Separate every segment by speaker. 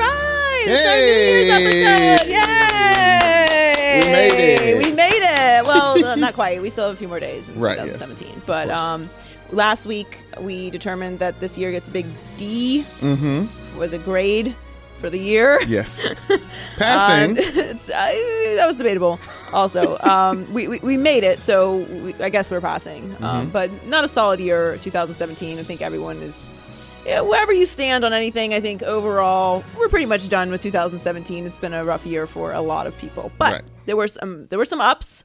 Speaker 1: It's our New Year's episode. Yay!
Speaker 2: We made it.
Speaker 1: We made it. Well, no, not quite. We still have a few more days in
Speaker 2: Right, yes.
Speaker 1: 2017. But
Speaker 2: Of course.
Speaker 1: um, last week we determined that this year gets a big D. Mm-hmm. Was a grade for the year.
Speaker 2: Yes. Passing.
Speaker 1: Uh, it's, I- that was debatable. Also, um, we, we, we made it, so we, I guess we're passing.
Speaker 2: Mm-hmm.
Speaker 1: Um, but not a solid year, 2017. I think everyone is. Yeah, wherever you stand on anything, I think overall we're pretty much done with 2017. It's been a rough year for a lot of people, but
Speaker 2: Right.
Speaker 1: there were some there were some ups,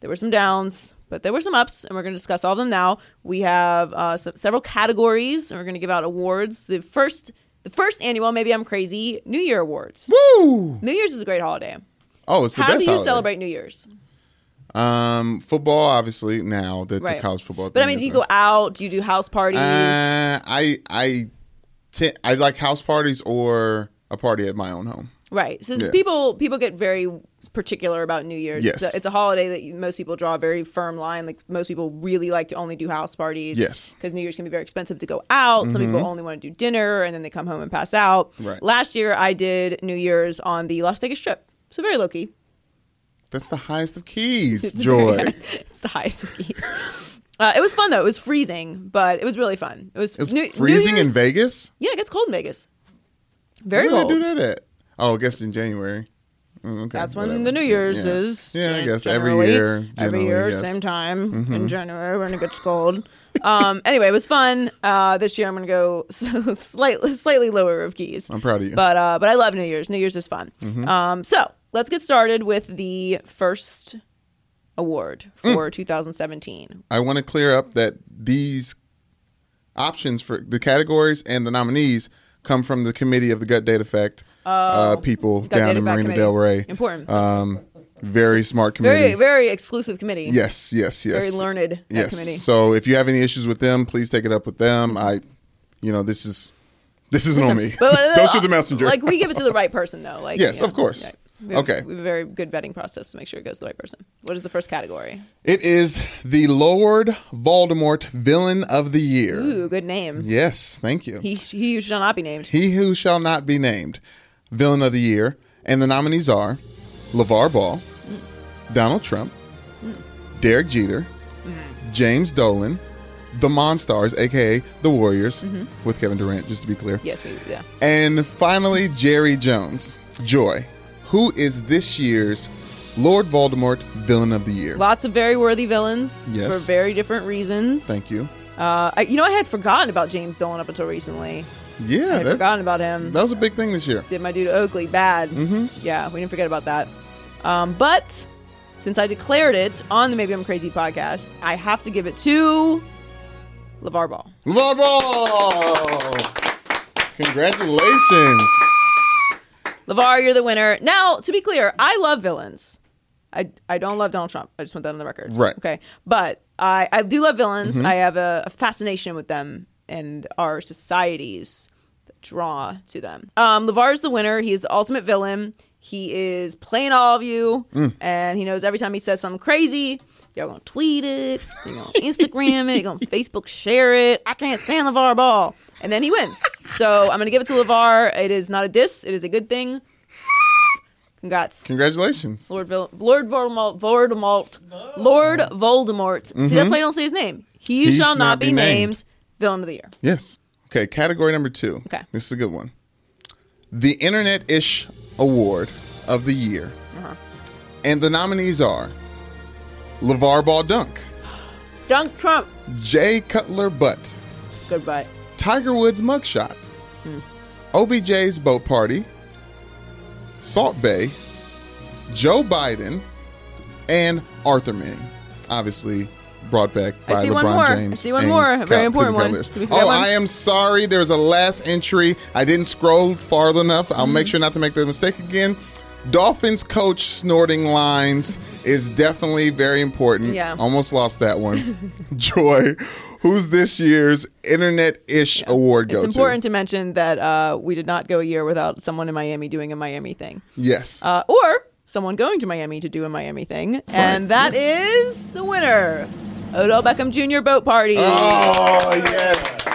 Speaker 1: there were some downs, but there were some ups, and we're going to discuss all of them now. We have uh, s- several categories, and we're going to give out awards. The first the first annual, maybe I'm crazy, New Year awards.
Speaker 2: Woo!
Speaker 1: New Year's is a great holiday.
Speaker 2: Oh, it's the
Speaker 1: How do
Speaker 2: best
Speaker 1: you
Speaker 2: holiday.
Speaker 1: celebrate New Year's?
Speaker 2: Um, football, obviously. Now that
Speaker 1: Right.
Speaker 2: the college football.
Speaker 1: But I
Speaker 2: thing
Speaker 1: mean, do
Speaker 2: is
Speaker 1: you
Speaker 2: in.
Speaker 1: go out? Do you do house parties?
Speaker 2: Uh, I I te- I like house parties or a party at my own home.
Speaker 1: right. So
Speaker 2: yeah.
Speaker 1: people people get very particular about New Year's.
Speaker 2: Yes.
Speaker 1: It's, a, it's a holiday that you, most people draw a very firm line. Like most people really like to only do house parties.
Speaker 2: Yes. Mm-hmm.
Speaker 1: Because New Year's can be very expensive to go out. Some people only want to do dinner and then they come home and pass out.
Speaker 2: Right.
Speaker 1: Last year I did New Year's on the Las Vegas Strip. So very low key.
Speaker 2: That's the highest of keys,
Speaker 1: It's
Speaker 2: joy.
Speaker 1: very- it's the highest of keys. Uh, it was fun though. It was freezing, but it was really fun. It was,
Speaker 2: It's
Speaker 1: New- New
Speaker 2: freezing in
Speaker 1: Year's-
Speaker 2: Vegas.
Speaker 1: Yeah, it gets cold in Vegas. Very
Speaker 2: Where
Speaker 1: cold.
Speaker 2: did they do that at? Oh, I guess in January. Mm, okay,
Speaker 1: That's when
Speaker 2: whatever.
Speaker 1: the New Year's
Speaker 2: yeah.
Speaker 1: is.
Speaker 2: Yeah, I
Speaker 1: gen-
Speaker 2: guess every
Speaker 1: generally.
Speaker 2: year,
Speaker 1: Every
Speaker 2: generally,
Speaker 1: year,
Speaker 2: yes. Mm-hmm.
Speaker 1: same time in January when it gets cold. Um, anyway, it was fun. Uh, this year I'm going to go slightly slightly lower of keys.
Speaker 2: I'm proud of you. Mm-hmm.
Speaker 1: But uh, but I love New Year's. New Year's is fun. Um, so let's get started with the first award
Speaker 2: Mm.
Speaker 1: for 2017.
Speaker 2: I want to clear up that these options for the categories and the nominees come from the committee of the Gut Data Fact uh, people
Speaker 1: Oh, Gut
Speaker 2: down
Speaker 1: Data
Speaker 2: in
Speaker 1: Fact
Speaker 2: Marina
Speaker 1: Committee.
Speaker 2: Del Rey.
Speaker 1: Important.
Speaker 2: Um, very smart committee.
Speaker 1: very very exclusive committee.
Speaker 2: yes, yes, yes.
Speaker 1: Very learned that
Speaker 2: yes.
Speaker 1: committee.
Speaker 2: So if you have any issues with them, please take it up with them. I, you know, this is this isn't on me.
Speaker 1: But- but- uh,
Speaker 2: Don't shoot the messenger.
Speaker 1: Like we give it to the right person though. Like
Speaker 2: Yes,
Speaker 1: you know,
Speaker 2: of course.
Speaker 1: yeah. We have,
Speaker 2: Okay.
Speaker 1: We have a very good vetting process to make sure it goes to the right person. What is the first category?
Speaker 2: it is the Lord Voldemort Villain of the Year.
Speaker 1: Ooh, good name.
Speaker 2: Yes, thank you.
Speaker 1: He he who shall not be named.
Speaker 2: He Who Shall Not Be Named, Villain of the Year, and the nominees are LeVar Ball, Donald Trump, Derek Jeter, James Dolan, the Monstars, aka the Warriors, with Kevin Durant, just to be clear.
Speaker 1: Yes, we Mm-hmm. yeah.
Speaker 2: And finally, Jerry Jones, Joy, who is this year's Lord Voldemort Villain of the Year.
Speaker 1: Lots of very worthy villains
Speaker 2: Yes.
Speaker 1: for very different reasons.
Speaker 2: Thank you.
Speaker 1: Uh, I, you know, I had forgotten about James Dolan up until recently. I
Speaker 2: Yeah,
Speaker 1: had
Speaker 2: that,
Speaker 1: forgotten about him.
Speaker 2: that was a big thing this year.
Speaker 1: Did my dude Oakley bad? Mm-hmm. Yeah, we didn't forget about that. Um, but since I declared it on the Maybe I'm Crazy podcast, I have to give it to LeVar Ball.
Speaker 2: LeVar Ball! Congratulations.
Speaker 1: LeVar, you're the winner. Now, to be clear, I love villains. I, I don't love Donald Trump. I just want that on the record.
Speaker 2: Right.
Speaker 1: Okay. But I, I do love villains. I have a, a fascination with them and our societies that draw to them. Um, LeVar is the winner. He is the ultimate villain. He is playing all of you, and he knows every time he says something crazy, y'all gonna tweet it, you're gonna Instagram it, you're gonna Facebook share it. I can't stand LeVar Ball. And then he wins. So I'm gonna give it to LeVar. It is not a diss, it is a good thing. Congrats.
Speaker 2: Congratulations.
Speaker 1: Lord Vil- Lord Voldemort Voldemort Lord Voldemort. See, that's why you don't say his name. Mm-hmm. He,
Speaker 2: He
Speaker 1: shall not be named. villain of the year.
Speaker 2: Yes. Okay, category number two.
Speaker 1: Okay.
Speaker 2: This is a good one. The Internet Ish Award of the Year.
Speaker 1: Uh-huh.
Speaker 2: And the nominees are LeVar Ball Dunk,
Speaker 1: Dunk Trump.
Speaker 2: Jay Cutler Butt,
Speaker 1: Goodbye.
Speaker 2: Tiger Woods Mugshot,
Speaker 1: Hmm.
Speaker 2: OBJ's Boat Party, Salt Bay, Joe Biden, and Arthur Ming. Obviously, brought back
Speaker 1: I
Speaker 2: by
Speaker 1: see
Speaker 2: LeBron
Speaker 1: one more. I
Speaker 2: James.
Speaker 1: see one
Speaker 2: and
Speaker 1: more. A very
Speaker 2: Cal-
Speaker 1: important
Speaker 2: Cleveland
Speaker 1: one.
Speaker 2: Cavaliers.
Speaker 1: Can we forget
Speaker 2: Oh,
Speaker 1: one?
Speaker 2: I am sorry. There was a last entry. I didn't scroll far enough. I'll
Speaker 1: Mm-hmm.
Speaker 2: make sure not to make the mistake again. Dolphins coach snorting lines is definitely very important.
Speaker 1: Yeah.
Speaker 2: Almost lost that one. Joy, who's this year's internet ish award go
Speaker 1: It's important to mention that uh, we did not go a year without someone in Miami doing a Miami thing,
Speaker 2: Yes.
Speaker 1: uh, or someone going to Miami to do a Miami thing, and that is the winner, Odell Beckham Jr. Boat Party.
Speaker 2: oh, yes. Oh,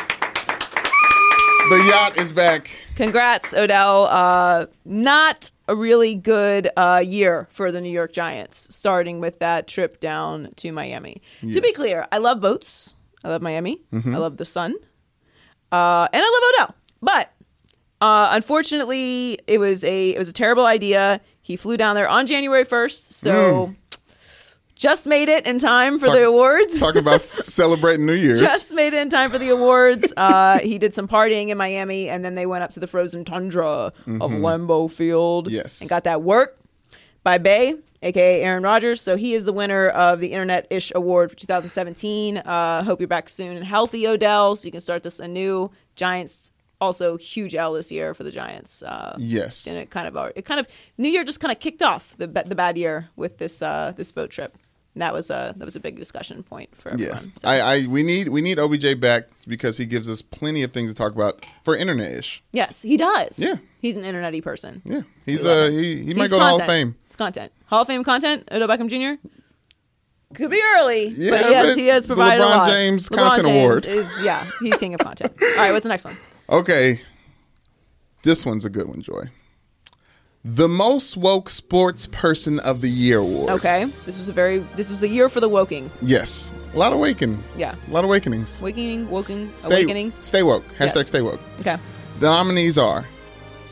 Speaker 2: The yacht is back.
Speaker 1: Congrats, Odell. Uh, not a really good uh, year for the New York Giants, starting with that trip down to Miami. To be
Speaker 2: Yes.
Speaker 1: clear, I love boats. I love Miami. I love the sun. Uh, and I love Odell. But uh, unfortunately, it was a it was a terrible idea. He flew down there on January 1st, so just made it in time for the
Speaker 2: Talk-
Speaker 1: awards.
Speaker 2: Talk about celebrating New Year's.
Speaker 1: Just made it in time for the awards. Uh, he did some partying in Miami, and then they went up to the frozen tundra of Lambeau Field.
Speaker 2: Mm-hmm. Yes.
Speaker 1: and got that work by Bay, aka Aaron Rodgers. So he is the winner of the Internet Ish Award for 2017. Uh, hope you're back soon and healthy, Odell, so you can start this anew. Giants also huge L this year for the Giants. Uh,
Speaker 2: yes.
Speaker 1: And it kind of alre- it kind of New Year just kind of kicked off the ba- the bad year with this uh, this boat trip. And that was a that was a big discussion point for
Speaker 2: Yeah,
Speaker 1: everyone. So-
Speaker 2: I, I we need we need OBJ back because he gives us plenty of things to talk about for internet ish.
Speaker 1: Yes, he does.
Speaker 2: Yeah.
Speaker 1: He's an internet person.
Speaker 2: Yeah, he's
Speaker 1: We love
Speaker 2: uh he, he might
Speaker 1: He's
Speaker 2: go to Hall of
Speaker 1: content.
Speaker 2: Fame.
Speaker 1: It's content. Hall of Fame content, Odell Beckham Jr. Could be early,
Speaker 2: Yeah,
Speaker 1: but yes,
Speaker 2: but
Speaker 1: he has
Speaker 2: the
Speaker 1: provided a
Speaker 2: LeBron
Speaker 1: lot.
Speaker 2: James
Speaker 1: LeBron
Speaker 2: content
Speaker 1: James
Speaker 2: award.
Speaker 1: is yeah, he's king of content. All right, what's the next one?
Speaker 2: Okay, this one's a good one, Joy. The most woke sports person of the year award.
Speaker 1: Okay, this was a very this was a year for the woking.
Speaker 2: Yes, a lot of waking.
Speaker 1: Yeah,
Speaker 2: A lot of awakenings.
Speaker 1: waking, woking,
Speaker 2: Stay,
Speaker 1: awakenings.
Speaker 2: Stay woke.
Speaker 1: Yes.
Speaker 2: Hashtag stay woke.
Speaker 1: Okay,
Speaker 2: The nominees are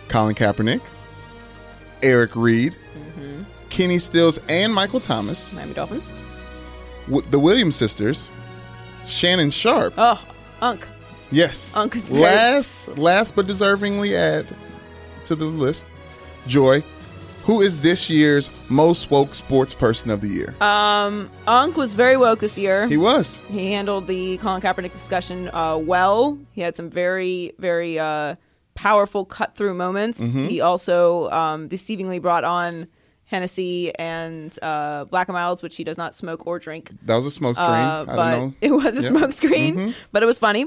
Speaker 2: Colin Kaepernick, Eric Reed,
Speaker 1: Mm-hmm.
Speaker 2: Kenny Stills, and Michael Thomas.
Speaker 1: Miami Dolphins.
Speaker 2: w- the Williams sisters, Shannon Sharp.
Speaker 1: Oh, Unk.
Speaker 2: yes.
Speaker 1: Unc is great.
Speaker 2: last, last but deservingly add to the list, Joy, who is this year's most woke sports person of the year.
Speaker 1: Um, Unk was very woke this year.
Speaker 2: he was.
Speaker 1: He handled the Colin Kaepernick discussion uh, well. He had some very, very uh, powerful cut through moments.
Speaker 2: Mm-hmm.
Speaker 1: He also um, deceivingly brought on Hennessy and uh, Black and Milds, which he does not smoke or drink.
Speaker 2: That was a smoke screen.
Speaker 1: Uh,
Speaker 2: I
Speaker 1: but
Speaker 2: don't know.
Speaker 1: it was a
Speaker 2: Yeah. Mm-hmm.
Speaker 1: smoke screen, but it was funny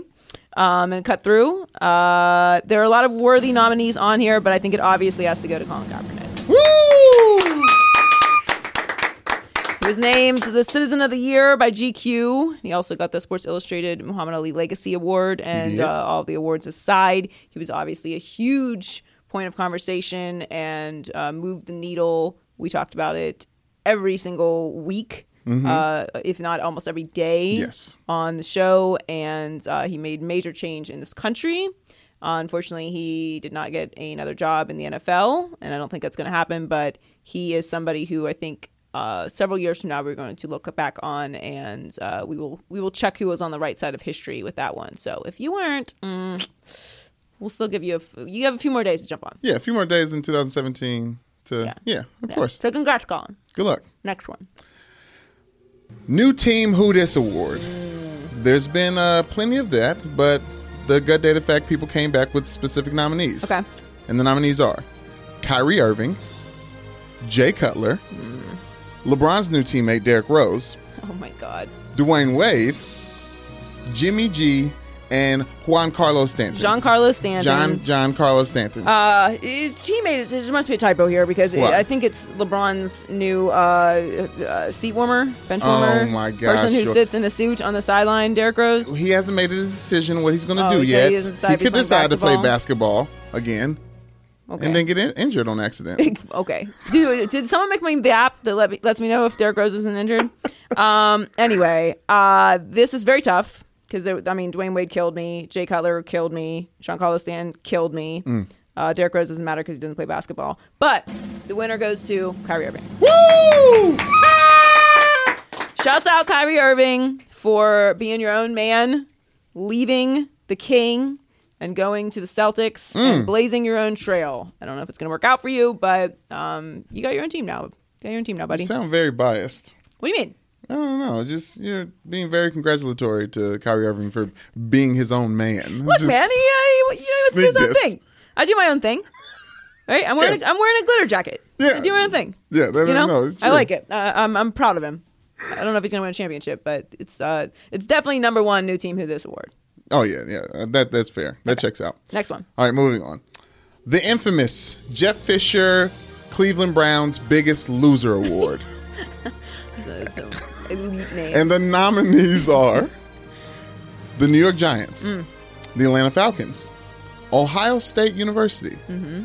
Speaker 1: um, and cut through. Uh, there are a lot of worthy nominees on here, but I think it obviously has to go to Colin Kaepernick.
Speaker 2: Woo!
Speaker 1: He was named the Citizen of the Year by GQ. He also got the Sports Illustrated Muhammad Ali Legacy Award and
Speaker 2: did.
Speaker 1: uh, all the awards aside. He was obviously a huge point of conversation and uh, moved the needle. We talked about it every single week, uh, if not almost every day
Speaker 2: Yes.
Speaker 1: on the show. And uh, he made major change in this country. Uh, unfortunately, he did not get another job in the NFL, and I don't think that's going to happen. But he is somebody who I think uh, several years from now we're going to look back on, and uh, we will we will check who was on the right side of history with that one. So if you weren't, mm, we'll still give you a f- you have a few more days to jump on.
Speaker 2: Yeah, a few more days in 2017 to. Yeah, of
Speaker 1: Yeah.
Speaker 2: course.
Speaker 1: So congrats, Colin.
Speaker 2: Good luck.
Speaker 1: Next one.
Speaker 2: New Team Who Dis Award. There's been uh, plenty of that, but the Gut Data Fact people came back with specific nominees.
Speaker 1: Okay.
Speaker 2: And the nominees are Kyrie Irving, Jay Cutler, LeBron's new teammate Derrick Rose,
Speaker 1: Oh my God,
Speaker 2: Dwayne Wade, Jimmy G, and Juan Carlos Stanton.
Speaker 1: Giancarlo Stanton.
Speaker 2: John John Carlos Stanton.
Speaker 1: Uh, is- she made it. There must be a typo here because
Speaker 2: What?
Speaker 1: I think it's LeBron's new uh, uh, seat warmer, bench
Speaker 2: Oh
Speaker 1: warmer.
Speaker 2: my gosh,
Speaker 1: Person who
Speaker 2: you're-
Speaker 1: sits in a suit on the sideline, Derrick Rose.
Speaker 2: he hasn't made a decision what he's going to
Speaker 1: Oh,
Speaker 2: do
Speaker 1: he said
Speaker 2: yet.
Speaker 1: he doesn't decide if he's
Speaker 2: could
Speaker 1: playing
Speaker 2: decide to play basketball again
Speaker 1: Okay.
Speaker 2: and then get in- injured on accident.
Speaker 1: okay. Dude, did someone make me the app that let me, lets me know if Derrick Rose isn't injured? um. Anyway, uh, this is very tough because I mean, Dwayne Wade killed me, Jay Cutler killed me, Sean Carlos Stan killed me.
Speaker 2: Mm.
Speaker 1: Uh, Derrick Rose doesn't matter because he doesn't play basketball. But the winner goes to Kyrie Irving.
Speaker 2: Woo!
Speaker 1: Shouts out Kyrie Irving for being your own man, leaving the King and going to the
Speaker 2: Mm.
Speaker 1: Celtics and blazing your own trail. I don't know if it's going to work out for you, but um, you got your own team now. Got your own team now, buddy.
Speaker 2: You sound very biased.
Speaker 1: what do you mean?
Speaker 2: I don't know. Just you're being very congratulatory to Kyrie Irving for being his own man.
Speaker 1: Look,
Speaker 2: Just-
Speaker 1: man, he, he, he, wants to do his
Speaker 2: sneak
Speaker 1: own
Speaker 2: this.
Speaker 1: thing. I do my own thing. Right? I'm wearing,
Speaker 2: Yes.
Speaker 1: a, I'm wearing a glitter jacket.
Speaker 2: Yeah.
Speaker 1: I do my own thing.
Speaker 2: Yeah, that,
Speaker 1: You know,
Speaker 2: no, it's
Speaker 1: I
Speaker 2: true.
Speaker 1: like it. Uh, I'm, I'm proud of him. I don't know if he's going to win a championship, but it's uh, it's definitely number one new team who this award.
Speaker 2: Oh yeah, yeah. Uh, That that's fair. That checks out.
Speaker 1: Next one.
Speaker 2: All right, moving on. The infamous Jeff Fisher, Cleveland Browns Biggest Loser Award,
Speaker 1: It's an elite name.
Speaker 2: and the
Speaker 1: Mm.
Speaker 2: nominees are the New York Giants, the Atlanta Falcons, Ohio State University,
Speaker 1: Mm-hmm.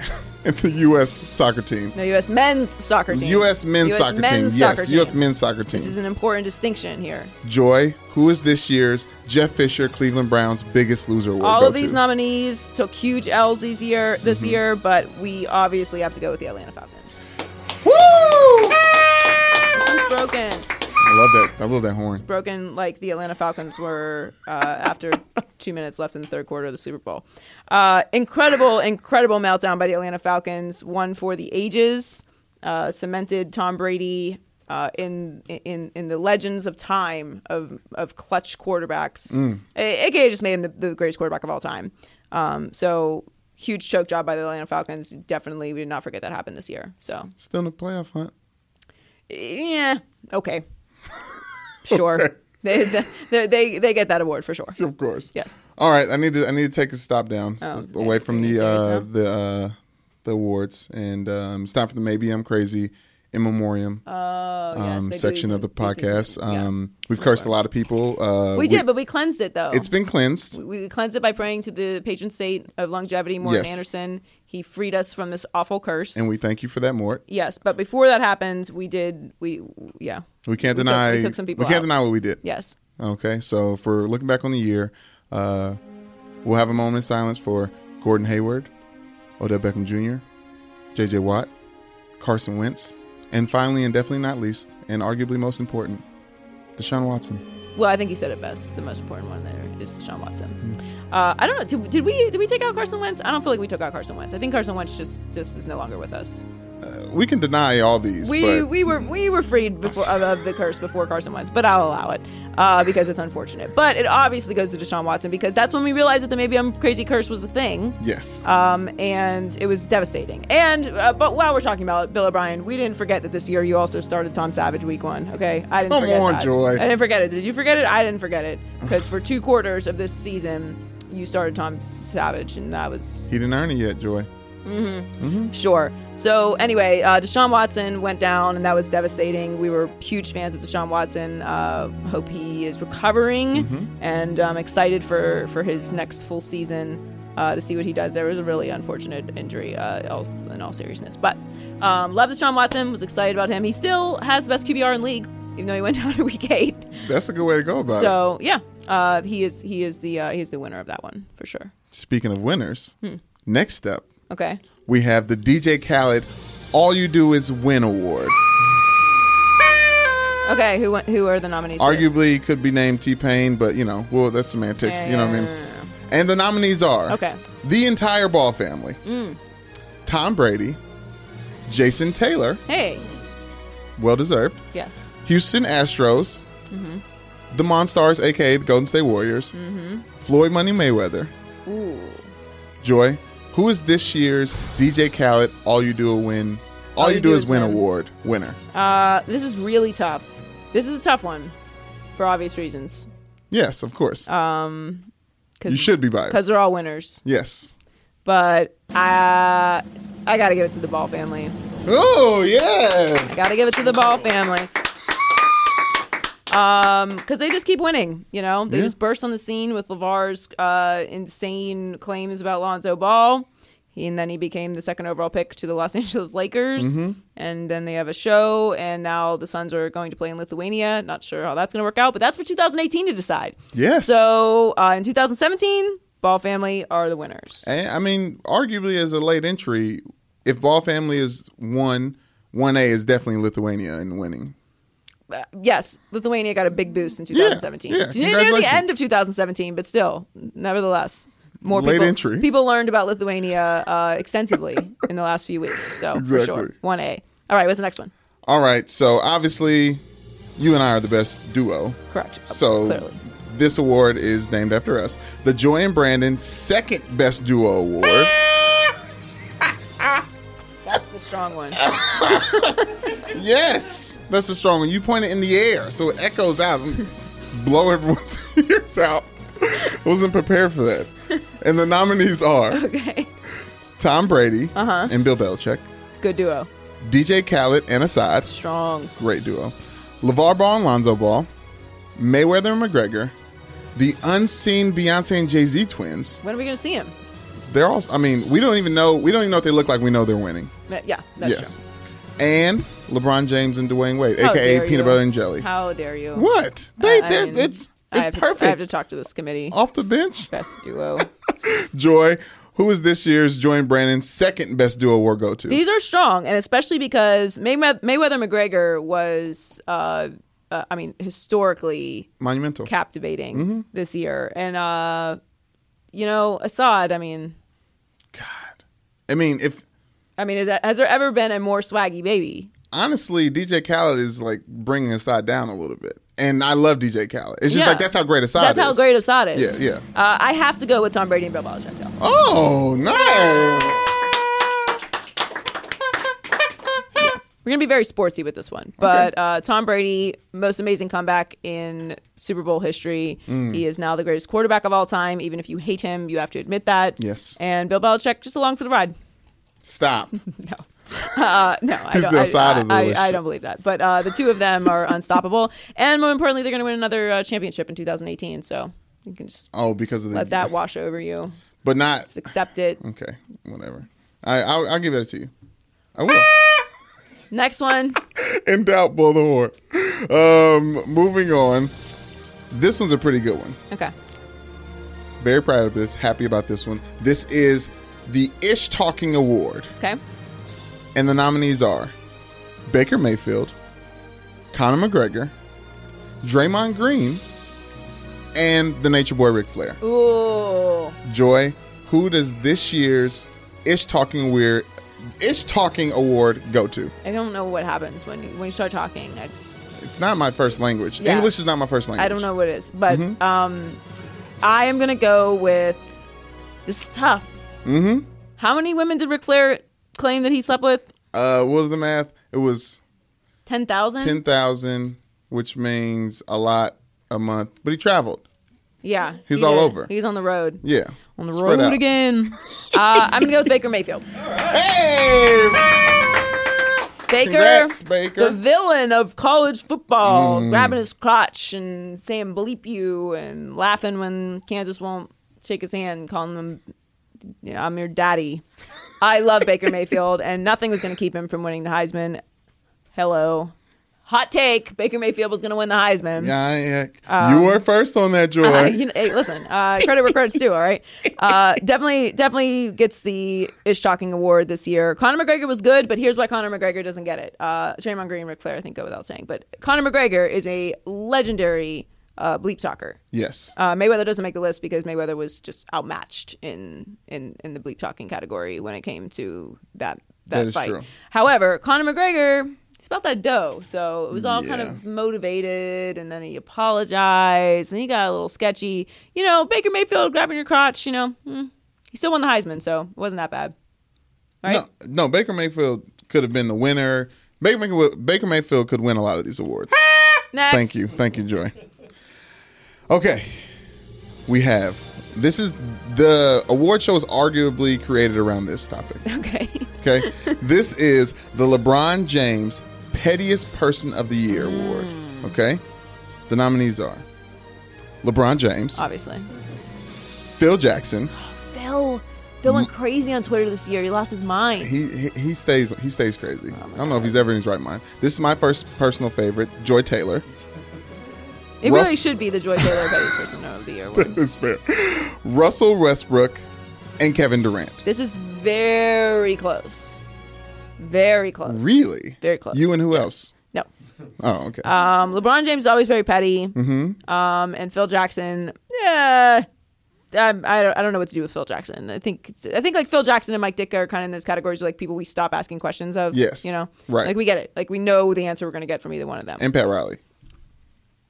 Speaker 2: and the U.S. soccer team.
Speaker 1: The U.S. men's soccer team.
Speaker 2: U.S. men's soccer
Speaker 1: men's
Speaker 2: team.
Speaker 1: soccer
Speaker 2: yes, U.S.
Speaker 1: team.
Speaker 2: men's soccer team.
Speaker 1: This is an important distinction here.
Speaker 2: Joy, who is this year's Jeff Fisher Cleveland Browns Biggest Loser Award?
Speaker 1: All
Speaker 2: go
Speaker 1: of these
Speaker 2: to? Mm-hmm.
Speaker 1: nominees took huge L's this year, this year, but we obviously have to go with the Atlanta Falcons.
Speaker 2: Woo!
Speaker 1: It's broken.
Speaker 2: I love that. I love that horn.
Speaker 1: Broken like the Atlanta Falcons were uh, after two minutes left in the third quarter of the Super Bowl. Uh, incredible, incredible meltdown by the Atlanta Falcons. One for the ages, uh, cemented Tom Brady uh, in in in the legends of time of of clutch quarterbacks. A- AKA just made him the, the greatest quarterback of all time. Um, so huge choke job by the Atlanta Falcons. Definitely, we did not forget that happened this year. So
Speaker 2: Still in the playoff hunt.
Speaker 1: yeah. Okay. Sure. They, they they they get that award for sure.
Speaker 2: Of course.
Speaker 1: Yes.
Speaker 2: All right, I need to I need to take a stop down
Speaker 1: Oh,
Speaker 2: away
Speaker 1: okay.
Speaker 2: from
Speaker 1: Are you
Speaker 2: the
Speaker 1: serious
Speaker 2: uh,
Speaker 1: now?
Speaker 2: the uh, the awards, and um, it's time for the maybe I'm crazy in memoriam
Speaker 1: Oh yes.
Speaker 2: um,
Speaker 1: they do
Speaker 2: section
Speaker 1: these
Speaker 2: of the
Speaker 1: in- these things
Speaker 2: podcast.
Speaker 1: in- yeah.
Speaker 2: Um, We've cursed a lot of people. Uh,
Speaker 1: We did, but we cleansed it though.
Speaker 2: It's been cleansed.
Speaker 1: we we cleansed it by praying to the patron saint of longevity, Morton
Speaker 2: Yes.
Speaker 1: Anderson. He freed us from this awful curse.
Speaker 2: And we thank you for that, Mort.
Speaker 1: yes, but before that happened, we did. We yeah.
Speaker 2: We can't
Speaker 1: took- we
Speaker 2: deny
Speaker 1: took some people
Speaker 2: we
Speaker 1: out.
Speaker 2: can't deny what we did.
Speaker 1: Yes.
Speaker 2: Okay, so if we're looking back on the year, uh, we'll have a moment of silence for Gordon Hayward, Odell Beckham Jr., J.J. Watt, Carson Wentz, and finally, and definitely not least, and arguably most important, Deshaun Watson.
Speaker 1: Well, I think you said it best. The most important one there is Deshaun Watson.
Speaker 2: Mm-hmm.
Speaker 1: Uh, I don't know. Did, did we did we take out Carson Wentz? I don't feel like we took out Carson Wentz. I think Carson Wentz just just is no longer with us.
Speaker 2: Uh, we can deny all these,
Speaker 1: We
Speaker 2: but
Speaker 1: we were we were freed before of, of the curse before Carson Wentz, but I'll allow it uh, because it's unfortunate. But it obviously goes to Deshaun Watson because that's when we realized that the maybe I'm crazy curse was a thing.
Speaker 2: yes,
Speaker 1: Um, and it was devastating. And uh, but while we're talking about it, Bill O'Brien, we didn't forget that this year you also started Tom Savage week one. Okay, I didn't
Speaker 2: Come
Speaker 1: forget
Speaker 2: on,
Speaker 1: that.
Speaker 2: Joy.
Speaker 1: I didn't forget it. Did you forget it? I didn't forget it because for two quarters of this season you started Tom Savage, and that was
Speaker 2: he didn't earn it yet, Joy.
Speaker 1: Sure. So anyway, uh, Deshaun Watson went down, and that was devastating. We were huge fans of Deshaun Watson. Uh, hope he is recovering,
Speaker 2: Mm-hmm.
Speaker 1: and I'm excited for for his next full season uh, to see what he does. There was a really unfortunate injury, uh, all, in all seriousness, but um, love Deshaun Watson. Was excited about him. He still has the best QBR in league, even though he went down to week eight.
Speaker 2: That's a good way to go about it.
Speaker 1: So yeah, uh, he is he is the uh, he is the winner of that one for sure.
Speaker 2: Speaking of winners,
Speaker 1: Hmm.
Speaker 2: next up,
Speaker 1: Okay.
Speaker 2: we have the DJ Khaled All You Do Is Win Award.
Speaker 1: Okay. Who went- who are the nominees? for this?
Speaker 2: Arguably could be named T Pain, but you know, well, that's semantics. you know what I mean? And the nominees are
Speaker 1: Okay. Mm.
Speaker 2: the entire Ball family, Tom Brady, Jason Taylor,
Speaker 1: Hey.
Speaker 2: well deserved,
Speaker 1: Yes.
Speaker 2: Houston Astros,
Speaker 1: Mm-hmm.
Speaker 2: the Monstars, aka the Golden State Warriors,
Speaker 1: Mm-hmm.
Speaker 2: Floyd Money Mayweather,
Speaker 1: Ooh.
Speaker 2: Joy. Who is this year's DJ Khaled All You Do Is Win? All, you, do, is, win, award winner.
Speaker 1: Uh, this is really tough. This is a tough one, for obvious reasons.
Speaker 2: Yes, of course.
Speaker 1: Um, cause,
Speaker 2: you should be biased.
Speaker 1: because they're all winners.
Speaker 2: yes.
Speaker 1: But I, I gotta give it to the Ball family.
Speaker 2: Oh yes.
Speaker 1: Gotta give it to the Ball family. Um, because they just keep winning. You know, they
Speaker 2: Yeah.
Speaker 1: just burst on the scene with Lavar's uh, insane claims about Lonzo Ball. He, and then he became the second overall pick to the Los Angeles Lakers. And then they have a show, and now the Suns are going to play in Lithuania. Not sure how that's going to work out, but that's for 2018 to decide.
Speaker 2: Yes.
Speaker 1: So uh, in 2017, Ball family are the winners.
Speaker 2: And, I mean, arguably as a late entry, if Ball Family is one, one A is definitely Lithuania in winning.
Speaker 1: uh, yes, Lithuania got a big boost in 2017.
Speaker 2: yeah,
Speaker 1: Near the
Speaker 2: congratulations.
Speaker 1: end of 2017, but still, nevertheless, more
Speaker 2: Late
Speaker 1: people,
Speaker 2: entry.
Speaker 1: people learned about Lithuania uh, extensively in the last few weeks. So for sure,
Speaker 2: Exactly.
Speaker 1: one A. All right, what's the next one?
Speaker 2: All right, so obviously, you and I are the best duo.
Speaker 1: Correct.
Speaker 2: So
Speaker 1: clearly,
Speaker 2: this award is named after us, the Joy and Brandon Second Best Duo Award.
Speaker 1: that's the strong one.
Speaker 2: yes, that's a strong one. You point it in the air, so it echoes out, and blow everyone's ears out. Wasn't prepared for that. And the nominees are
Speaker 1: Okay,
Speaker 2: Tom Brady
Speaker 1: Uh-huh.
Speaker 2: and Bill Belichick,
Speaker 1: good duo,
Speaker 2: DJ Khaled and Assad.
Speaker 1: strong.
Speaker 2: great duo. LeVar Ball and Lonzo Ball, Mayweather and McGregor, the unseen Beyonce and Jay Z twins,
Speaker 1: When are we gonna see him?
Speaker 2: They're all. I mean, we don't even know. We don't even know what they look like. We know they're winning.
Speaker 1: Yeah, that's
Speaker 2: yes.
Speaker 1: true.
Speaker 2: And LeBron James and Dwayne Wade,
Speaker 1: How
Speaker 2: aka
Speaker 1: dare
Speaker 2: peanut
Speaker 1: you.
Speaker 2: butter and jelly.
Speaker 1: How dare you?
Speaker 2: what?
Speaker 1: I-
Speaker 2: They,
Speaker 1: I
Speaker 2: they're,
Speaker 1: mean,
Speaker 2: it's
Speaker 1: I
Speaker 2: it's
Speaker 1: have to- I have
Speaker 2: perfect.
Speaker 1: to talk to this committee.
Speaker 2: Off the bench,
Speaker 1: Best duo.
Speaker 2: Joy, who is this year's Joy and Brandon's second best duo war go to.
Speaker 1: These are strong, and especially because May- Mayweather McGregor was, uh, uh, I mean, historically
Speaker 2: Monumental.
Speaker 1: captivating
Speaker 2: Mm-hmm.
Speaker 1: this year, and uh, you know, Assad. I mean,
Speaker 2: God. I mean, if
Speaker 1: I mean, is that, has there ever been a more swaggy baby?
Speaker 2: honestly, DJ Khaled is like bringing Assad down a little bit, and I love DJ Khaled. It's just
Speaker 1: Yeah.
Speaker 2: like that's how great Assad
Speaker 1: That's
Speaker 2: is.
Speaker 1: how great Assad is.
Speaker 2: Yeah, yeah.
Speaker 1: Uh, I have to go with Tom Brady and Bill Belichick. Though.
Speaker 2: Oh, nice.
Speaker 1: We're gonna be very sportsy with this one, but uh, Tom Brady, most amazing comeback in Super Bowl history.
Speaker 2: Mm.
Speaker 1: He is now the greatest quarterback of all time. Even if you hate him, you have to admit that.
Speaker 2: Yes.
Speaker 1: And Bill Belichick just along for the ride.
Speaker 2: Stop.
Speaker 1: No, uh, no, I
Speaker 2: He's
Speaker 1: don't.
Speaker 2: the
Speaker 1: I,
Speaker 2: Assad of the
Speaker 1: I-
Speaker 2: list.
Speaker 1: I don't believe that. But uh, the two of them are unstoppable, and more importantly, they're gonna win another uh, championship in 2018. So you can just
Speaker 2: Oh, because of the,
Speaker 1: let that wash over you.
Speaker 2: but not
Speaker 1: Just accept it.
Speaker 2: okay. Whatever. I I'll, I'll give that to you. I will.
Speaker 1: Next one.
Speaker 2: In doubt, blow the horn. Um, moving on. This one's a pretty good one.
Speaker 1: Okay.
Speaker 2: Very proud of this. Happy about this one. This is the Ish Talking Award,
Speaker 1: Okay.
Speaker 2: and the nominees are Baker Mayfield, Conor McGregor, Draymond Green, and the Nature Boy Ric Flair.
Speaker 1: Ooh.
Speaker 2: Joy, who does this year's Ish Talking Weird Ish Talking Award go to?
Speaker 1: I don't know what happens when you, when you start talking. I just
Speaker 2: It's not my first language.
Speaker 1: Yeah.
Speaker 2: English is not my first language.
Speaker 1: I don't know what it is, but
Speaker 2: Mm-hmm.
Speaker 1: um, I am gonna go with this is tough.
Speaker 2: Mm-hmm.
Speaker 1: How many women did Ric Flair claim that he slept with?
Speaker 2: Uh, what was the math? It was
Speaker 1: Ten thousand.
Speaker 2: ten thousand, which means a lot a month. But he traveled.
Speaker 1: Yeah,
Speaker 2: He's
Speaker 1: he
Speaker 2: all
Speaker 1: did.
Speaker 2: over.
Speaker 1: He's on the road.
Speaker 2: Yeah.
Speaker 1: On the
Speaker 2: Spread
Speaker 1: road
Speaker 2: out.
Speaker 1: again. Uh, I'm gonna go with Baker Mayfield.
Speaker 2: Hey!
Speaker 1: Baker,
Speaker 2: Congrats, Baker. Mm.
Speaker 1: the villain of college football, grabbing his crotch and saying "bleep you" and laughing when Kansas won't shake his hand, calling him, you know, "I'm your daddy." I love Baker Mayfield, and nothing was going to keep him from winning the Heisman. Hello, hot take: Baker Mayfield was going to win the Heisman.
Speaker 2: Yeah, yeah. you were first on that, Joy.
Speaker 1: Uh, Um, you know, hey, listen, uh, credit where credit's due. All right, uh, definitely, definitely gets the Ish Talking Award this year. Conor McGregor was good, but here's why Conor McGregor doesn't get it. Uh, Draymond Green, Ric Flair, I think go without saying, but Conor McGregor is a legendary uh, bleep talker.
Speaker 2: yes.
Speaker 1: Uh, Mayweather doesn't make the list because Mayweather was just outmatched in in in the bleep talking category when it came to that that,
Speaker 2: That is
Speaker 1: fight.
Speaker 2: true.
Speaker 1: However, Conor McGregor. It's about that dough, so it was all kind
Speaker 2: Yeah.
Speaker 1: of motivated, and then he apologized, and he got a little sketchy. You know, Baker Mayfield grabbing your crotch. You know, hmm. he still won the Heisman, so it wasn't that bad. Right?
Speaker 2: No, no, Baker Mayfield could have been the winner. Baker Mayfield, Baker Mayfield could win a lot of these awards.
Speaker 1: Next,
Speaker 2: Thank you. Thank you, Joy. Okay. We have this is the award show is arguably created around this topic.
Speaker 1: Okay,
Speaker 2: Okay. this is the LeBron James Pettiest Person of the Year award.
Speaker 1: Mm.
Speaker 2: Okay. The nominees are LeBron James,
Speaker 1: obviously,
Speaker 2: Phil Jackson.
Speaker 1: Phil, Phil went crazy on Twitter this year. He lost his mind.
Speaker 2: He, he he stays he stays crazy.
Speaker 1: Oh,
Speaker 2: I don't know if he's ever in his right mind. This is my first personal favorite, Joy Taylor.
Speaker 1: It
Speaker 2: Russ-
Speaker 1: really should be the Joy Taylor Petty's Person of the Year award.
Speaker 2: That's fair. Russell Westbrook and Kevin Durant.
Speaker 1: This is very close. Very close.
Speaker 2: Really?
Speaker 1: Very close.
Speaker 2: You and who else?
Speaker 1: No.
Speaker 2: Oh, okay.
Speaker 1: Um, LeBron James is always very petty. Mm-hmm. Um, and Phil Jackson, yeah. I'm, I, don't, I don't know what to do with Phil Jackson. I think it's- I think like Phil Jackson and Mike Ditka are kind of in those categories of like people we stop asking questions of.
Speaker 2: Yes.
Speaker 1: You know?
Speaker 2: Right.
Speaker 1: Like we get it. Like we know the answer we're going to get from either one of them.
Speaker 2: and Pat Riley.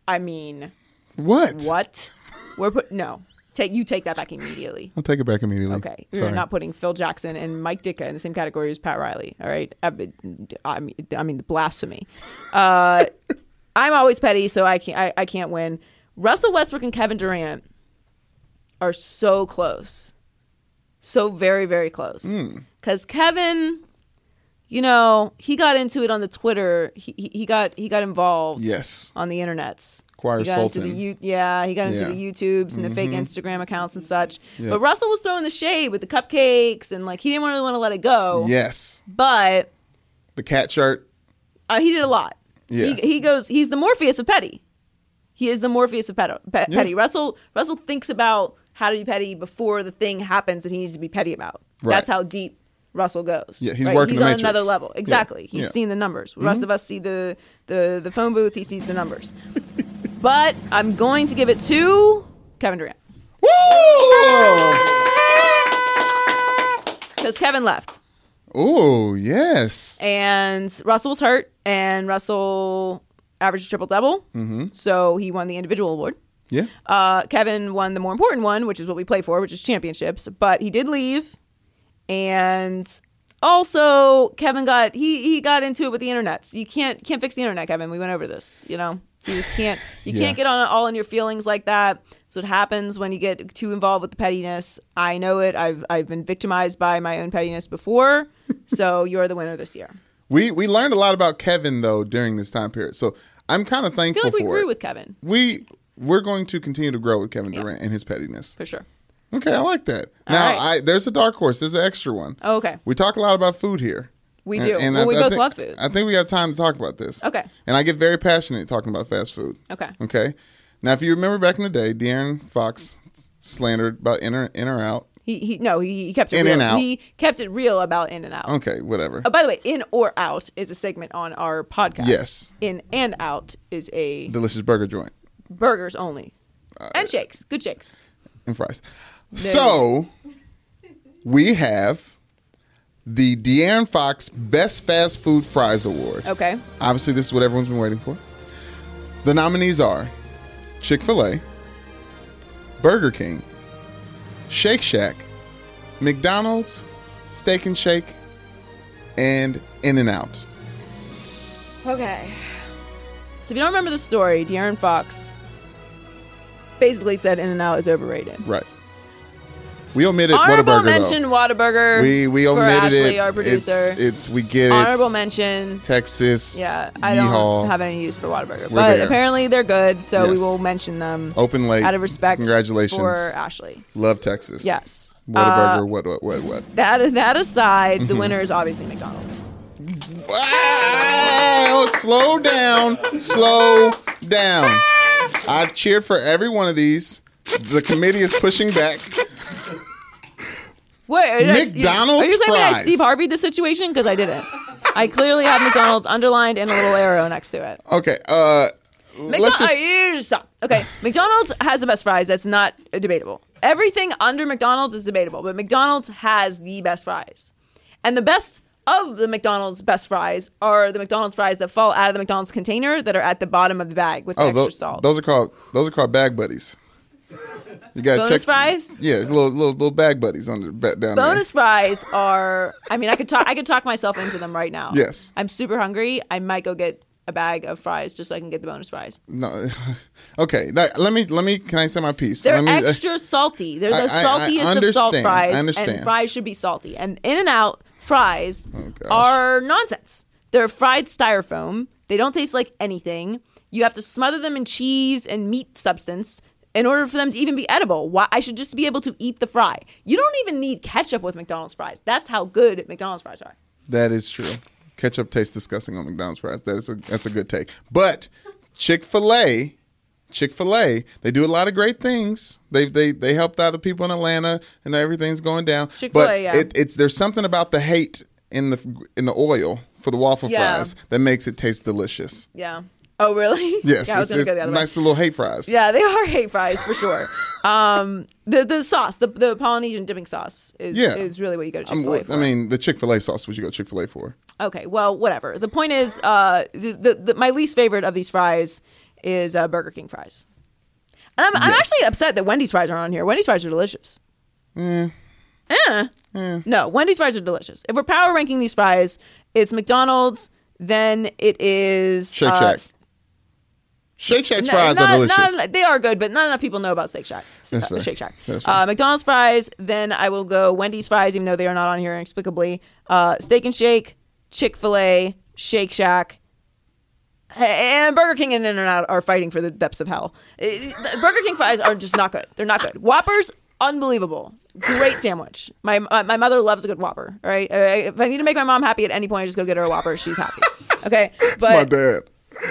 Speaker 1: I mean,
Speaker 2: What?
Speaker 1: what? we're put no. Take you take that back immediately.
Speaker 2: I'll take it back immediately.
Speaker 1: Okay, we are
Speaker 2: Sorry.
Speaker 1: not putting Phil Jackson and Mike Ditka in the same category as Pat Riley. All right, I mean, I mean, I mean blasphemy. Uh, I'm always petty, so I can't. I, I can't win. Russell Westbrook and Kevin Durant are so close, so very very close.
Speaker 2: Hmm.
Speaker 1: Because Kevin, you know, he got into it on the Twitter. He, he he got he got involved
Speaker 2: Yes.
Speaker 1: on the internets
Speaker 2: Choir
Speaker 1: He got
Speaker 2: Sultan.
Speaker 1: into the you- yeah, he got into
Speaker 2: Yeah. Mm-hmm.
Speaker 1: the YouTubes and the fake Instagram accounts and such.
Speaker 2: Yeah.
Speaker 1: But Russell was throwing the shade with the cupcakes and like he didn't really want to let it go.
Speaker 2: yes,
Speaker 1: But
Speaker 2: the cat shirt.
Speaker 1: uh, he did a lot.
Speaker 2: Yes.
Speaker 1: He, he goes. He's the Morpheus of petty. He is the Morpheus of petty. Pe-
Speaker 2: Yeah.
Speaker 1: Petty. Russell Russell thinks about how to be petty before the thing happens that he needs to be petty about.
Speaker 2: Right.
Speaker 1: That's how deep Russell goes.
Speaker 2: Yeah, he's working
Speaker 1: He's
Speaker 2: the
Speaker 1: on
Speaker 2: metrics.
Speaker 1: another level.
Speaker 2: Yeah.
Speaker 1: Exactly. He's
Speaker 2: Yeah. Mm-hmm.
Speaker 1: seen the numbers. The rest of us see the the the phone booth. He sees the numbers. but I'm going to give it to Kevin Durant
Speaker 2: Woo!
Speaker 1: because Kevin left.
Speaker 2: Oh yes.
Speaker 1: and Russell was hurt, and Russell averaged a triple double, mm-hmm. so he won the individual award.
Speaker 2: Yeah.
Speaker 1: Uh, Kevin won the more important one, which is what we play for, which is championships. But he did leave, and also Kevin got he he got into it with the internet. So you can't can't fix the internet, Kevin. We went over this. You know, you just can't you
Speaker 2: Yeah.
Speaker 1: can't get on all in your feelings like that. So it happens when you get too involved with the pettiness. I know it. I've I've been victimized by my own pettiness before. so you're the winner this year.
Speaker 2: We we learned a lot about Kevin though during this time period. So I'm kind of
Speaker 1: I
Speaker 2: thankful
Speaker 1: feel like we
Speaker 2: for
Speaker 1: grew
Speaker 2: it.
Speaker 1: with Kevin
Speaker 2: we we're going to continue to grow with Kevin Durant and his pettiness.
Speaker 1: for sure.
Speaker 2: Okay, I like that. now
Speaker 1: right.
Speaker 2: I there's a dark horse. There's an extra one.
Speaker 1: Oh, Okay,
Speaker 2: We talk a lot about food here.
Speaker 1: We do. Well, we both
Speaker 2: think-
Speaker 1: love food.
Speaker 2: I think we have time to talk about this.
Speaker 1: Okay. Oh.
Speaker 2: And I get very passionate talking about fast food.
Speaker 1: okay,
Speaker 2: Okay. Now, if you remember back in the day, De'Aaron Fox slandered about in or, in or out.
Speaker 1: he he no he, he kept it
Speaker 2: In
Speaker 1: real.
Speaker 2: and out. Oh,
Speaker 1: He kept it real about in and out.
Speaker 2: Okay, whatever.
Speaker 1: Uh, by the way, in or out is a segment on our podcast.
Speaker 2: Yes.
Speaker 1: in and out is a
Speaker 2: Delicious burger joint
Speaker 1: burgers only and
Speaker 2: Uh,
Speaker 1: shakes, good shakes.
Speaker 2: and fries. So we have the De'Aaron Fox Best Fast Food Fries Award.
Speaker 1: Okay,
Speaker 2: Obviously, this is what everyone's been waiting for. The nominees are Chick fil A, Burger King, Shake Shack, McDonald's, Steak and Shake, and In N Out.
Speaker 1: okay. So if you don't remember the story, De'Aaron Fox basically said in and out is overrated.
Speaker 2: Right. We omitted
Speaker 1: Honorable
Speaker 2: Whataburger.
Speaker 1: mention Whataburger.
Speaker 2: though. We, we
Speaker 1: for
Speaker 2: omitted
Speaker 1: Ashley,
Speaker 2: it.
Speaker 1: our
Speaker 2: It's-
Speaker 1: producer.
Speaker 2: It's, we get it.
Speaker 1: Honorable mention.
Speaker 2: Texas.
Speaker 1: Yeah, I
Speaker 2: Yeehaw.
Speaker 1: don't have any use for Whataburger,
Speaker 2: We're
Speaker 1: but
Speaker 2: there.
Speaker 1: apparently they're good, so we
Speaker 2: Yes.
Speaker 1: will mention them
Speaker 2: Open late.
Speaker 1: out of respect.
Speaker 2: Congratulations.
Speaker 1: for Ashley.
Speaker 2: Love Texas.
Speaker 1: Yes.
Speaker 2: Whataburger.
Speaker 1: Uh,
Speaker 2: what, what, what, what?
Speaker 1: that that aside,
Speaker 2: Mm-hmm.
Speaker 1: the winner is obviously McDonald's.
Speaker 2: Wow! Slow down. Slow down. I've cheered for every one of these. The committee is pushing back.
Speaker 1: Wait, are you-
Speaker 2: McDonald's
Speaker 1: Are you saying that I
Speaker 2: fries.
Speaker 1: Steve Harvey the situation? Because I didn't. I clearly have McDonald's underlined and a little arrow next to it.
Speaker 2: Okay, uh
Speaker 1: McDonald's.
Speaker 2: let's
Speaker 1: uh,
Speaker 2: just
Speaker 1: stop. Okay, McDonald's has the best fries. That's not debatable. Everything under McDonald's is debatable, but McDonald's has the best fries, and the best of the McDonald's best fries are the McDonald's fries that fall out of the McDonald's container that are at the bottom of the bag with
Speaker 2: Oh,
Speaker 1: extra
Speaker 2: those,
Speaker 1: salt.
Speaker 2: those are called those are called bag buddies. You got to
Speaker 1: Bonus
Speaker 2: check
Speaker 1: fries?
Speaker 2: Yeah, little little little bag buddies on the back down
Speaker 1: Bonus fries are. I mean, I could talk. I could talk myself into them right now.
Speaker 2: Yes.
Speaker 1: I'm super hungry. I might go get a bag of fries just so I can get the bonus fries.
Speaker 2: there. No. Okay, that- let me let me can I say my piece?
Speaker 1: They're
Speaker 2: let me, uh,
Speaker 1: extra salty. They're
Speaker 2: I-
Speaker 1: the
Speaker 2: I- I
Speaker 1: saltiest of salt
Speaker 2: understand.
Speaker 1: fries,
Speaker 2: I understand. Oh,
Speaker 1: and fries should be salty. And In and Out fries
Speaker 2: gosh.
Speaker 1: are nonsense. They're fried styrofoam. They don't taste like anything. You have to smother them in cheese and meat substance in order for them to even be edible. Why I should just be able to eat the fry. You don't even need ketchup with McDonald's fries. That's how good McDonald's fries are.
Speaker 2: That is true. Ketchup tastes disgusting on McDonald's fries. That is a that's a good take. But Chick Fil A, Chick Fil A, they do a lot of great things. They they they helped out the people in Atlanta, and everything's going down.
Speaker 1: Chick-fil-A,
Speaker 2: but
Speaker 1: yeah.
Speaker 2: it, it's there's something about the hate in the in the oil for the waffle
Speaker 1: Yeah.
Speaker 2: fries that makes it taste delicious.
Speaker 1: Yeah. Oh, really?
Speaker 2: Yes,
Speaker 1: yeah, I was
Speaker 2: it's,
Speaker 1: gonna
Speaker 2: it's
Speaker 1: go the other way.
Speaker 2: nice little hate fries.
Speaker 1: Yeah, they are hate fries for sure. Um, the the sauce, the the Polynesian dipping sauce is
Speaker 2: Yeah.
Speaker 1: is really what you go to Chick
Speaker 2: I'm-
Speaker 1: Fil A for.
Speaker 2: I mean the Chick Fil A sauce. Would you go Chick Fil A for?
Speaker 1: okay, well, whatever. The point is, uh, the, the, the my least favorite of these fries is uh, Burger King fries, and I'm, I'm
Speaker 2: Yes.
Speaker 1: actually upset that Wendy's fries aren't on here. Wendy's fries are delicious.
Speaker 2: Mm.
Speaker 1: Eh. No, Wendy's fries are delicious. If we're power ranking these fries, it's McDonald's, then it is
Speaker 2: Shake
Speaker 1: uh,
Speaker 2: Shack.
Speaker 1: s-
Speaker 2: Shake Shack's
Speaker 1: no,
Speaker 2: fries
Speaker 1: not-
Speaker 2: are delicious.
Speaker 1: not- they are good, but not enough people know about Shake Shack.
Speaker 2: That's fair.
Speaker 1: Shake Shack.
Speaker 2: That's fair.
Speaker 1: Uh, McDonald's fries. Then I will go Wendy's fries, even though they are not on here inexplicably. Uh, Steak and Shake, Chick Fil A, Shake Shack, and Burger King and In-N-Out are fighting for the depths of hell. Eh, Burger King fries are just not good. They're not good. Whoppers, unbelievable. Great sandwich. My my, my mother loves a good Whopper. All right. Eh, If I need to make my mom happy at any point, I just go get her a Whopper. She's happy. Okay. But
Speaker 2: my dad.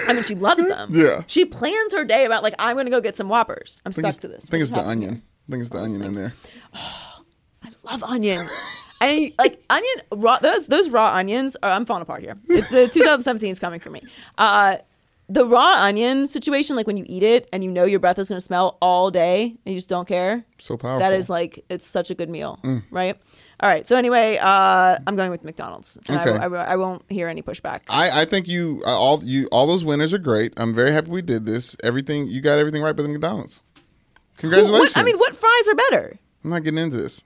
Speaker 1: I mean, she loves them.
Speaker 2: Yeah.
Speaker 1: She plans her day about like I'm going to go get some Whoppers. I'm
Speaker 2: I think
Speaker 1: stuck
Speaker 2: it's,
Speaker 1: to this.
Speaker 2: I think it's the
Speaker 1: What's happening?
Speaker 2: onion. I think it's the onion in there.
Speaker 1: love onion. And like onion raw those those raw onions are I'm falling apart here. It's the 2017 is coming for me. Uh the raw onion situation, like when you eat it and you know your breath is gonna smell all day and you just don't care.
Speaker 2: So powerful. Mm.
Speaker 1: That is like it's such a good meal, right? All right. So anyway, uh, I'm going with McDonald's, and I
Speaker 2: Okay. Ah,
Speaker 1: I, I, I won't hear any pushback.
Speaker 2: I, I think you uh, all you all those winners are great. I'm very happy we did this. Everything you got everything right, but the McDonald's.
Speaker 1: Who-
Speaker 2: Congratulations.
Speaker 1: what, I mean, what fries are better?
Speaker 2: I'm not getting into this.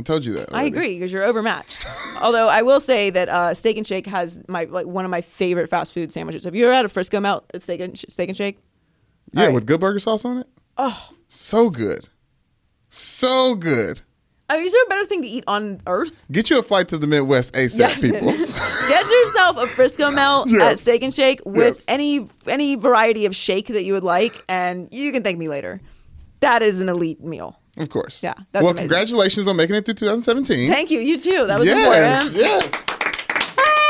Speaker 2: I told you that.
Speaker 1: I
Speaker 2: already.
Speaker 1: agree because you're overmatched. Although I will say that uh, Steak and Shake has my like one of my favorite fast food sandwiches. Have you ever had a Frisco melt at Steak and, Steak and Shake?
Speaker 2: Yeah,
Speaker 1: All right.
Speaker 2: with good burger sauce on it.
Speaker 1: Oh,
Speaker 2: So good. So good.
Speaker 1: I mean, is there a better thing to eat on Earth?
Speaker 2: Get you a flight to the Midwest ASAP, people.
Speaker 1: Get yourself a Frisco melt at
Speaker 2: Yes.
Speaker 1: Steak and Shake with
Speaker 2: Yes.
Speaker 1: any any variety of shake that you would like, and you can thank me later. That is an elite meal.
Speaker 2: of course.
Speaker 1: Yeah, that's
Speaker 2: Well,
Speaker 1: amazing.
Speaker 2: congratulations on making it through 2017.
Speaker 1: Thank you. You too. That was
Speaker 2: yes.
Speaker 1: important.
Speaker 2: Yes.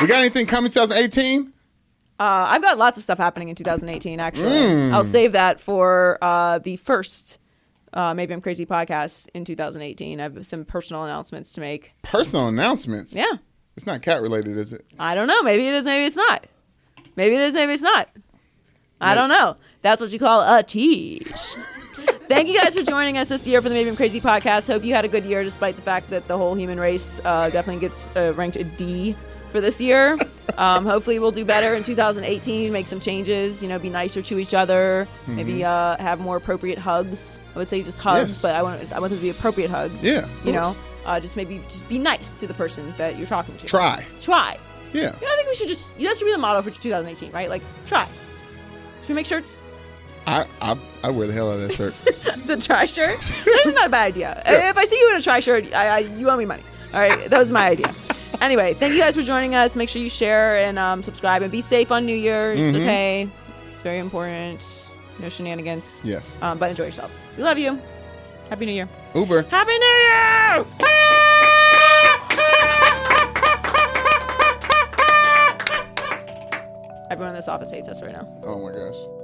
Speaker 2: We got anything coming 2018?
Speaker 1: Uh, I've got lots of stuff happening in 2018. Actually, I'll save that for uh, the first. Uh, Maybe I'm crazy podcast in 2018. I have some personal announcements to make.
Speaker 2: Personal announcements.
Speaker 1: Yeah,
Speaker 2: It's not cat related, is it?
Speaker 1: I don't know. Maybe it is. Maybe it's not. Maybe it is. Maybe it's not. I don't know. That's what you call a tease. Thank you guys for joining us this year for the Maybe I'm Crazy podcast. Hope you had a good year, despite the fact that the whole human race uh, definitely gets uh, ranked a D for this year. Um, hopefully, we'll do better in 2018. Make some changes. You know, be nicer to each other. Maybe uh, have more appropriate hugs. I would say just hugs,
Speaker 2: Mm-hmm. Yes.
Speaker 1: but I want I want them to be appropriate hugs.
Speaker 2: Yeah, of
Speaker 1: you know,
Speaker 2: course.
Speaker 1: uh, just maybe just be nice to the person that you're talking to.
Speaker 2: Try.
Speaker 1: Try.
Speaker 2: Yeah.
Speaker 1: You know, I think we should just that should be the motto for 2018, right? Like try. Should we make shirts?
Speaker 2: I, I I wear the hell out of that shirt.
Speaker 1: The try shirt. That is not a bad idea. If I see you in a try shirt, I, I, you owe me money. All right, that was my idea. Anyway, thank you guys for joining us. Make sure you share and um, subscribe and be safe on New Year's. Okay, it's very important. No shenanigans.
Speaker 2: Yes.
Speaker 1: Um, but enjoy yourselves. We love you. Happy New Year.
Speaker 2: Uber.
Speaker 1: Happy New Year! Everyone in this office hates us right now.
Speaker 2: Oh my gosh.